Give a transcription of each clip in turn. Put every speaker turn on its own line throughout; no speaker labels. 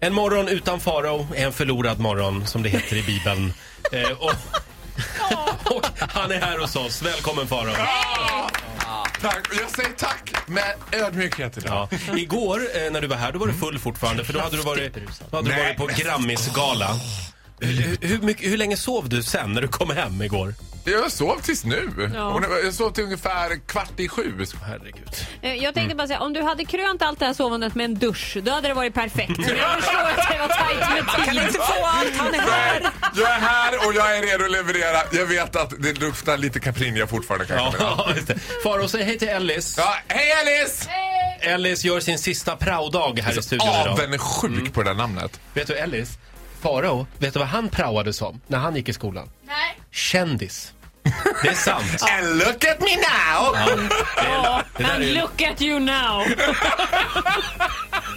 En morgon utan farao är en förlorad morgon, som det heter i Bibeln. Eh, och, och han är här hos oss. Välkommen farao.
Tack. Jag säger tack med ödmjukhet idag.
Ja. Igår eh, när du var här, då var du full fortfarande för då hade du varit, då hade du varit
Mm. Nej,
på
men-
Grammisgala. Hur, hur, mycket, hur länge sov du sen när du kom hem igår?
Jag sov tills nu.
Ja.
Och nu- Jag sov till ungefär kvart i sju.
Herregud.
Eh, Jag tänkte
Mm.
bara säga, om du hade krönt allt det här sovandet med en dusch, då hade det varit perfekt. Men jag förstår att det var tajt med tid.
inte få allt, han är här!
Nej, jag är här och jag är redo att leverera. Jag vet att det luktar lite Caprinia fortfarande kanske. Ja.
Ja, just det. Farao, säg hej till Ellis.
Ja, hej Alice!
Ellis gör sin sista praodag
Alltså,
här i studion idag.
Avundsjuk på det där namnet.
Vet du Ellis? Farao, vet du vad han praoade som när han gick i skolan? Nej. Kändis. Det är sant.
And look at me now!
Ja,
Det där är
And
ju-
look at you now!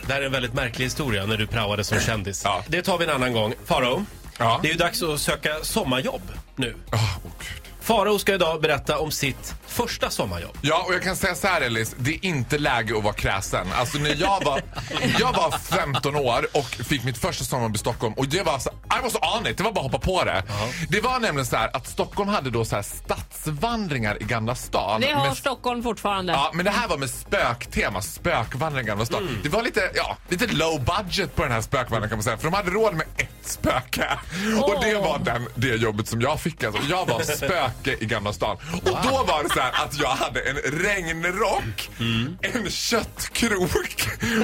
Det här är en väldigt märklig historia när du praoade som kändis.
Ja.
Det tar vi en annan gång. Farao,
Ja.
det är ju dags att söka sommarjobb nu.
Åh, åh, Gud.
Farao ska idag berätta om sitt första sommarjobb.
Ja, och jag kan säga så här Elis, det är inte läge att vara kräsen. Alltså när jag var, jag var 15 år och fick mitt första sommarjobb i Stockholm och det var så, I was on it, det var bara att hoppa på det. Det var nämligen så här att Stockholm hade då så här stadsvandringar i Gamla stan.
Det har
Med-
Stockholm fortfarande.
Ja, men det här var med spöktema, spökvandring i Gamla stan. Det var lite, ja, lite low budget på den här spökvandringen kan man säga. För de hade råd med ett spöke. Och det var den, det jobbet som jag fick alltså. Jag var spöke i Gamla stan. Och då var det så här att jag hade en regnrock, en köttkrok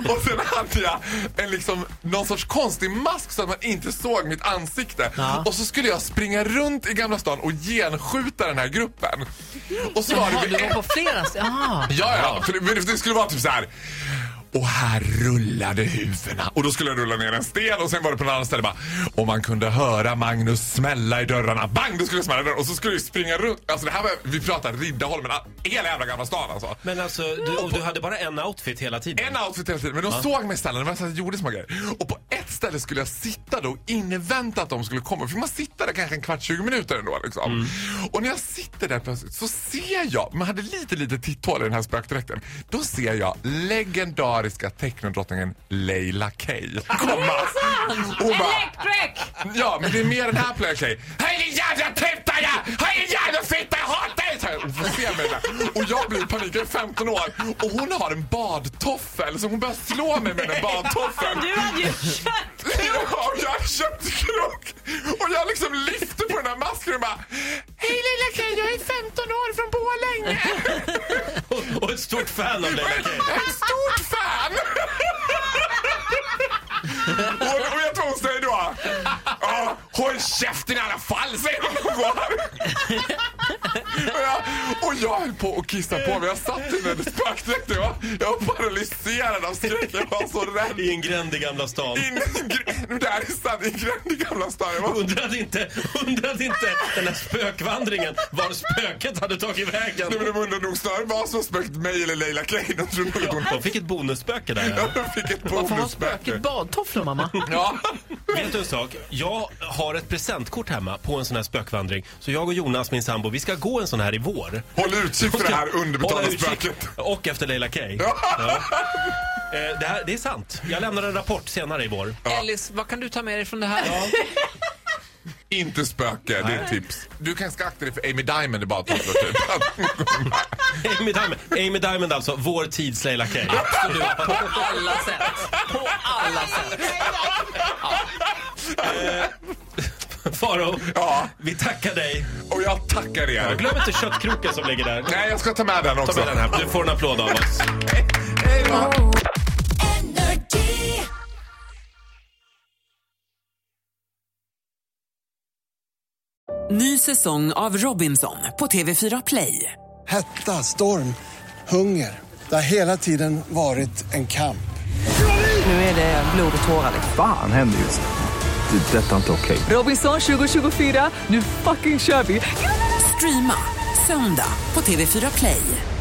och sen hade jag en liksom, någon sorts konstig mask så att man inte såg mitt ansikte. Och så skulle jag springa runt i Gamla stan och genskjuta den här gruppen. Och så var det
Ja,
vid
du var
ett
på flera... Ja.
Ja, ja. För det, men det skulle vara typ så här. Och här rullade huvudena. Och då skulle jag rulla ner en sten och sen var det på en annan ställe bara. Och man kunde höra Magnus smälla i dörrarna. Bang! Det skulle smälla i dörrarna. Och så skulle vi springa runt. Alltså det här var, vi pratar Riddarholmen. Hela jävla gamla stan alltså.
Men alltså, du, och du hade bara en outfit hela tiden.
En outfit hela tiden, men de såg mig sällan. Det var så att jag gjorde små grejer. Och på ett ställe skulle jag sitta då och invänta att de skulle komma. För man sitter där kanske en kvart, 20 minuter ändå. Liksom. Och när jag sitter där plötsligt så ser jag, man hade lite, lite titthål i den här spökdräkten. Då ser jag legendariska technodrottningen Leila K komma. Och bara,
Electric!
Ja, men det är mer den här plötsligt. Hej din jävla tuta jag! Hej din jävla fitta, jag hatar dig! Så här, Hon får se mig där. Och jag blir i panik, jag är 15 år. Och hon har en badtoffel, så hon börjar slå mig med den badtoffeln.
Du hade ju kött!
Ja, och jag har köpt krok och jag liksom lyfter på den här masken och bara Hej lilla tjej, jag är 15 år från Borlänge.
Och- Och ett stort fan av Leila K.
Jag är ett stort fan. Och, och jag tror hon säger då "Ja, Håll käften i alla fall, säger hon och går. Och jag, och jag höll på att kissa på mig. Jag satt i den där spökdräkten. Jag, jag var paralyserad av skräck. Jag var så rädd.
I en gränd i Gamla stan.
In i gr- där är stan, i gränd i Gamla stan. Jag var
Undrade inte, undrade inte den här spökvandringen var spöket hade tagit vägen.
Nej, men de undrar nog snarare vad som spökt mig eller Leila Kane. De tror nog att hon
De fick ett bonusspöke där. ja.
de fick ett
Varför har
bonusspöke.
spöket badtofflor, mamma?
Ja.
Vet du en sak? Jag har ett presentkort hemma på en sån här spökvandring. Så jag och Jonas, min sambo, vi ska gå en sån här i vår.
Håll utkik för det här
Hålla
underbetalda
utkik.
spöket.
Och efter Leila K. Ja. Eh, Det, här, det är sant. Jag lämnar en rapport senare i vår.
Ellis, vad kan du ta med dig från det här?
Inte spöke, det är ett tips. Du kanske ska akta dig för Amy Diamond i badtofflor typ.
Amy Diamond, Amy Diamond alltså, vår tids Leila K.
Absolut, på alla sätt. På alla sätt.
Faro,
Ja.
vi tackar dig.
Och jag tackar
Och
er.
Glöm inte köttkroken som ligger där.
Nej, jag ska ta med den
Ta
också.
med den här. Du får en applåd av oss.
Hej då.
Ny säsong av Robinson på TV4 Play.
Hetta, storm, hunger. Det har hela tiden varit en kamp.
Nu är det blod och tårar.
Fan händer just nu. Det. är Detta är inte okej.
Robinson 2024, nu fucking kör vi! Streama söndag på TV4 Play.